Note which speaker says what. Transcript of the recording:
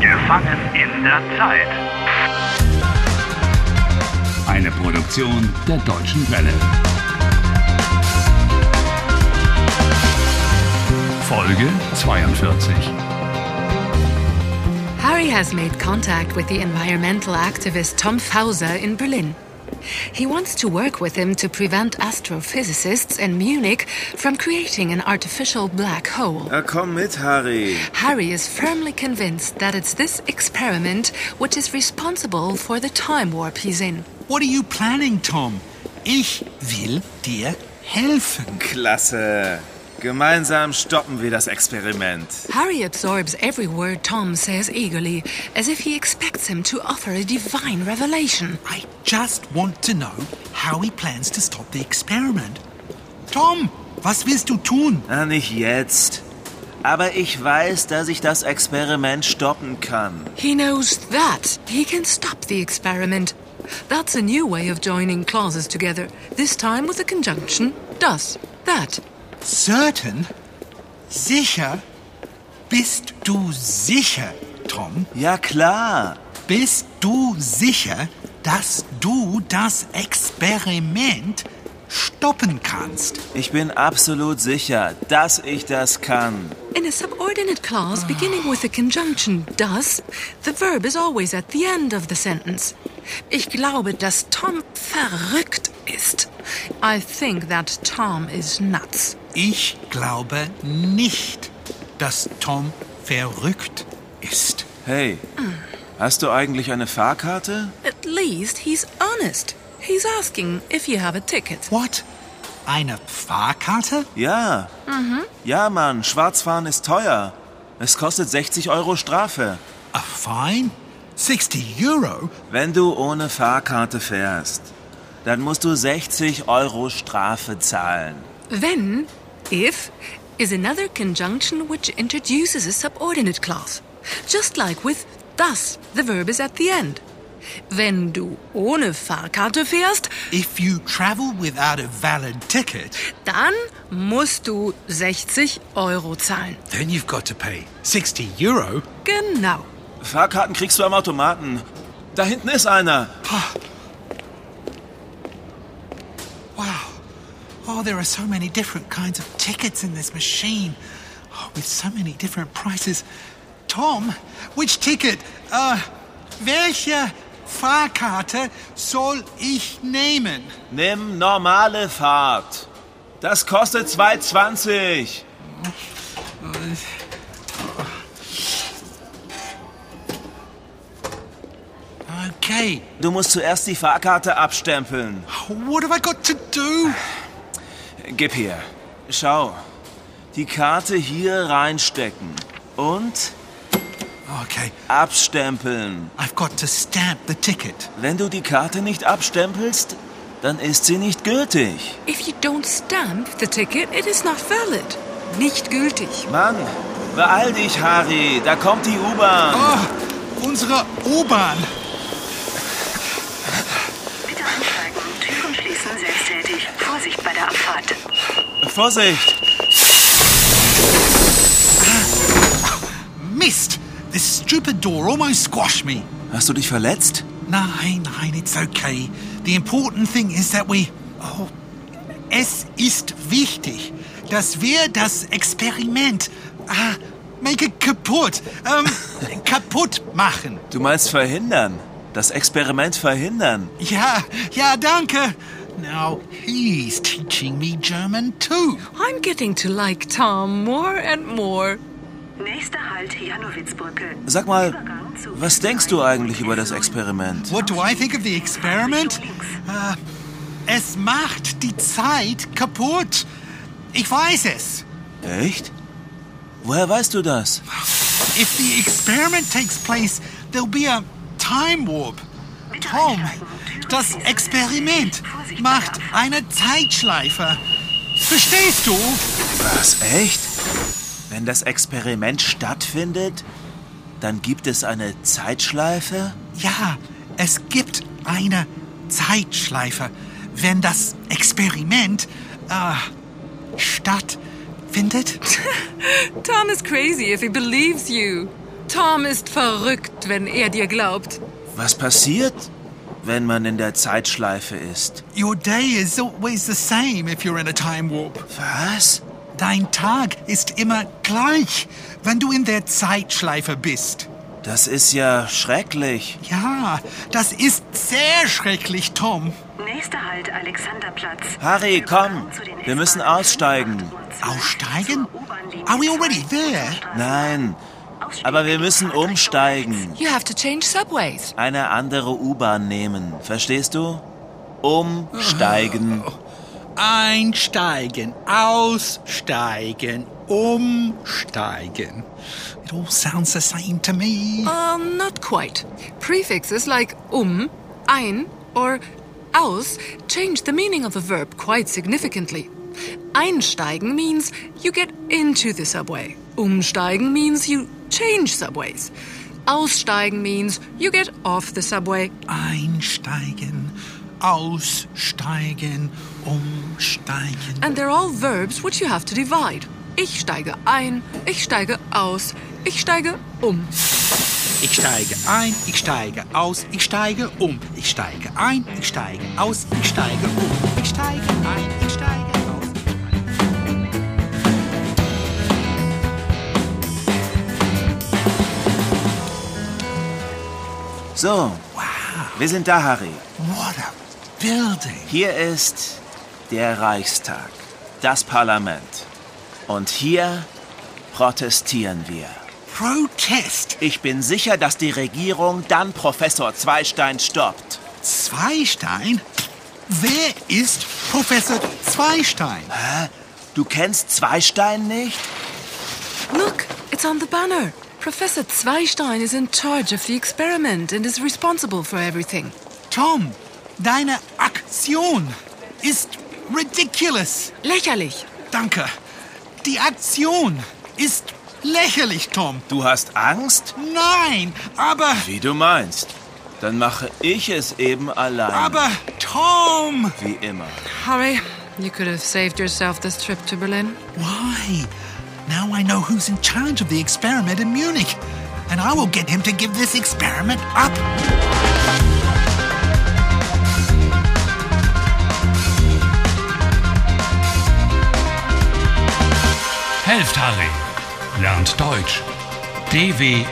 Speaker 1: Gefangen in der Zeit.
Speaker 2: Eine Produktion der Deutschen Welle. Folge 42.
Speaker 3: Harry has made contact with the environmental activist Tom Fauser in Berlin. He wants to work with him to prevent astrophysicists in Munich from creating an artificial black hole.
Speaker 4: Na komm mit, Harry.
Speaker 3: Harry is firmly convinced that it's this experiment which is responsible for the time warp he's in.
Speaker 5: What are you planning, Tom? Ich will dir helfen.
Speaker 4: Klasse. Gemeinsam stoppen wir das Experiment.
Speaker 3: Harry absorbs every word Tom says eagerly, as if he expects him to offer a divine revelation.
Speaker 5: I just want to know how he plans to stop the experiment. Tom, was willst du tun?
Speaker 4: Na, nicht jetzt. Aber ich weiß, dass ich das Experiment stoppen kann.
Speaker 3: He knows that he can stop the experiment. That's a new way of joining clauses together, this time with the conjunction does. That.
Speaker 5: Certain? Sicher? Bist du sicher, Tom?
Speaker 4: Ja, klar.
Speaker 5: Bist du sicher, dass du das Experiment stoppen kannst?
Speaker 4: Ich bin absolut sicher, dass ich das kann.
Speaker 3: In a subordinate clause beginning with the conjunction does, the verb is always at the end of the sentence. Ich glaube, dass Tom verrückt ist. I think that Tom is nuts.
Speaker 5: Ich glaube nicht, dass Tom verrückt ist.
Speaker 4: Hey, hast du eigentlich eine Fahrkarte?
Speaker 3: At least he's honest. He's asking if you have a ticket.
Speaker 5: What? Eine Fahrkarte?
Speaker 4: Ja. Ja, Mann, Schwarzfahren ist teuer. Es kostet 60 Euro Strafe,
Speaker 5: A fine? 60 Euro?
Speaker 4: wenn du ohne Fahrkarte fährst. Dann musst du 60 Euro Strafe zahlen.
Speaker 3: Then, if is another conjunction which introduces a subordinate clause, just like with das, the verb is at the end. Wenn du ohne Fahrkarte fährst,
Speaker 5: If you travel without a valid ticket,
Speaker 3: dann musst du 60 Euro zahlen.
Speaker 5: then you've got to pay 60 Euro.
Speaker 3: Genau.
Speaker 4: Fahrkarten kriegst du am Automaten. Da hinten ist einer.
Speaker 5: Wow. Oh, there are so many different kinds of tickets in this machine. Oh, with so many different prices. Tom, which ticket? Uh, welche Fahrkarte soll ich nehmen?
Speaker 4: Nimm normale Fahrt. Das kostet 2,20.
Speaker 5: Okay, Oh,
Speaker 4: Du musst zuerst die Fahrkarte abstempeln.
Speaker 5: what have I got to do?
Speaker 4: Gib hier. Schau. Die Karte hier reinstecken. Und
Speaker 5: Okay,
Speaker 4: abstempeln.
Speaker 5: I've got to stamp the ticket.
Speaker 4: Wenn du die Karte nicht abstempelst, dann ist sie nicht gültig.
Speaker 3: If you don't stamp the ticket, it is not valid. Nicht gültig.
Speaker 4: Mann, beeil dich, Harry. Da kommt die U-Bahn.
Speaker 5: Oh, unsere U-Bahn.
Speaker 6: Bitte ansteigen, Türen schließen selbsttätig. Vorsicht bei der Abfahrt.
Speaker 4: Vorsicht.
Speaker 5: Missed. This stupid door almost squashed me.
Speaker 4: Hast du dich verletzt?
Speaker 5: Nein, nein, it's okay. The important thing is that we. Oh, es ist wichtig, dass wir das Experiment. Ah, make it kaputt. Ähm, kaputt machen.
Speaker 4: Du meinst verhindern. Das Experiment verhindern.
Speaker 5: Ja, ja, danke. Now he's teaching me German too.
Speaker 3: I'm getting to like Tom more and more.
Speaker 6: Nächster Halt Janowitzbrücke.
Speaker 4: Sag mal, was denkst du eigentlich über das Experiment?
Speaker 5: What do I think of the experiment? Ah, es macht die Zeit kaputt. Ich weiß es.
Speaker 4: Echt? Woher weißt du das?
Speaker 5: If the experiment takes place, there'll be a time warp. Tom, Oh das Experiment macht eine Zeitschleife. Verstehst du?
Speaker 4: Was? Echt? Wenn das Experiment stattfindet, dann gibt es eine Zeitschleife?
Speaker 5: Ja, es gibt eine Zeitschleife, wenn das Experiment äh, stattfindet.
Speaker 3: Tom is crazy if he believes you. Tom ist verrückt, wenn er dir glaubt.
Speaker 4: Was passiert, wenn man in der Zeitschleife ist?
Speaker 5: Your day is always the same if you're in a time warp.
Speaker 4: Was?
Speaker 5: Dein Tag ist immer gleich, wenn du in der Zeitschleife bist.
Speaker 4: Das ist ja schrecklich.
Speaker 5: Ja, das ist sehr schrecklich, Tom.
Speaker 6: Nächster Halt Alexanderplatz.
Speaker 4: Harry, komm.
Speaker 6: Zu den
Speaker 4: Wir müssen
Speaker 6: S-Bahnen
Speaker 4: aussteigen.
Speaker 6: 8 Uhr
Speaker 5: Aussteigen?
Speaker 6: zur U-Bahn-Linie
Speaker 5: Are we already
Speaker 6: 2
Speaker 5: there?
Speaker 6: Straße.
Speaker 4: Nein, aber wir müssen umsteigen.
Speaker 3: You have to change subways.
Speaker 4: Eine andere U-Bahn nehmen. Verstehst du? Umsteigen.
Speaker 5: Einsteigen, aussteigen, umsteigen. It all sounds the same to me.
Speaker 3: Um, not quite. Prefixes like um, ein, or aus change the meaning of a verb quite significantly. Einsteigen means you get into the subway. Umsteigen means you change subways. Aussteigen means you get off the subway.
Speaker 5: Einsteigen, aussteigen, umsteigen.
Speaker 3: And they're all verbs which you have to divide. Ich steige ein, ich steige aus, ich steige um.
Speaker 5: Ich steige ein, ich steige aus, ich steige um. Ich steige ein, ich steige aus, ich steige um. Ich steige ein, ich steige aus.
Speaker 4: So, wir sind da, Harry.
Speaker 5: What a building.
Speaker 4: Hier ist der Reichstag, das Parlament. Und hier protestieren wir.
Speaker 5: Protest.
Speaker 4: Ich bin sicher, dass die Regierung dann Professor Zweistein stoppt.
Speaker 5: Zweistein? Wer ist Professor Zweistein?
Speaker 4: Du kennst Zweistein nicht?
Speaker 3: Look, it's on the banner. Professor Zweistein is in charge of the experiment and is responsible for everything.
Speaker 5: Tom, deine Aktion ist ridiculous.
Speaker 3: Lächerlich.
Speaker 5: Danke. Die Aktion ist lächerlich, Tom.
Speaker 4: Du hast Angst?
Speaker 5: Nein, aber,
Speaker 4: Wie du meinst. Dann mache ich es eben allein.
Speaker 5: aber, Tom.
Speaker 4: Wie immer.
Speaker 3: Harry, you could have saved yourself this trip to Berlin.
Speaker 5: Why? Now I know who's in charge of the experiment in Munich, and I will get him to give this experiment up.
Speaker 2: Helft Harry. Lernt Deutsch. dw.com/harry.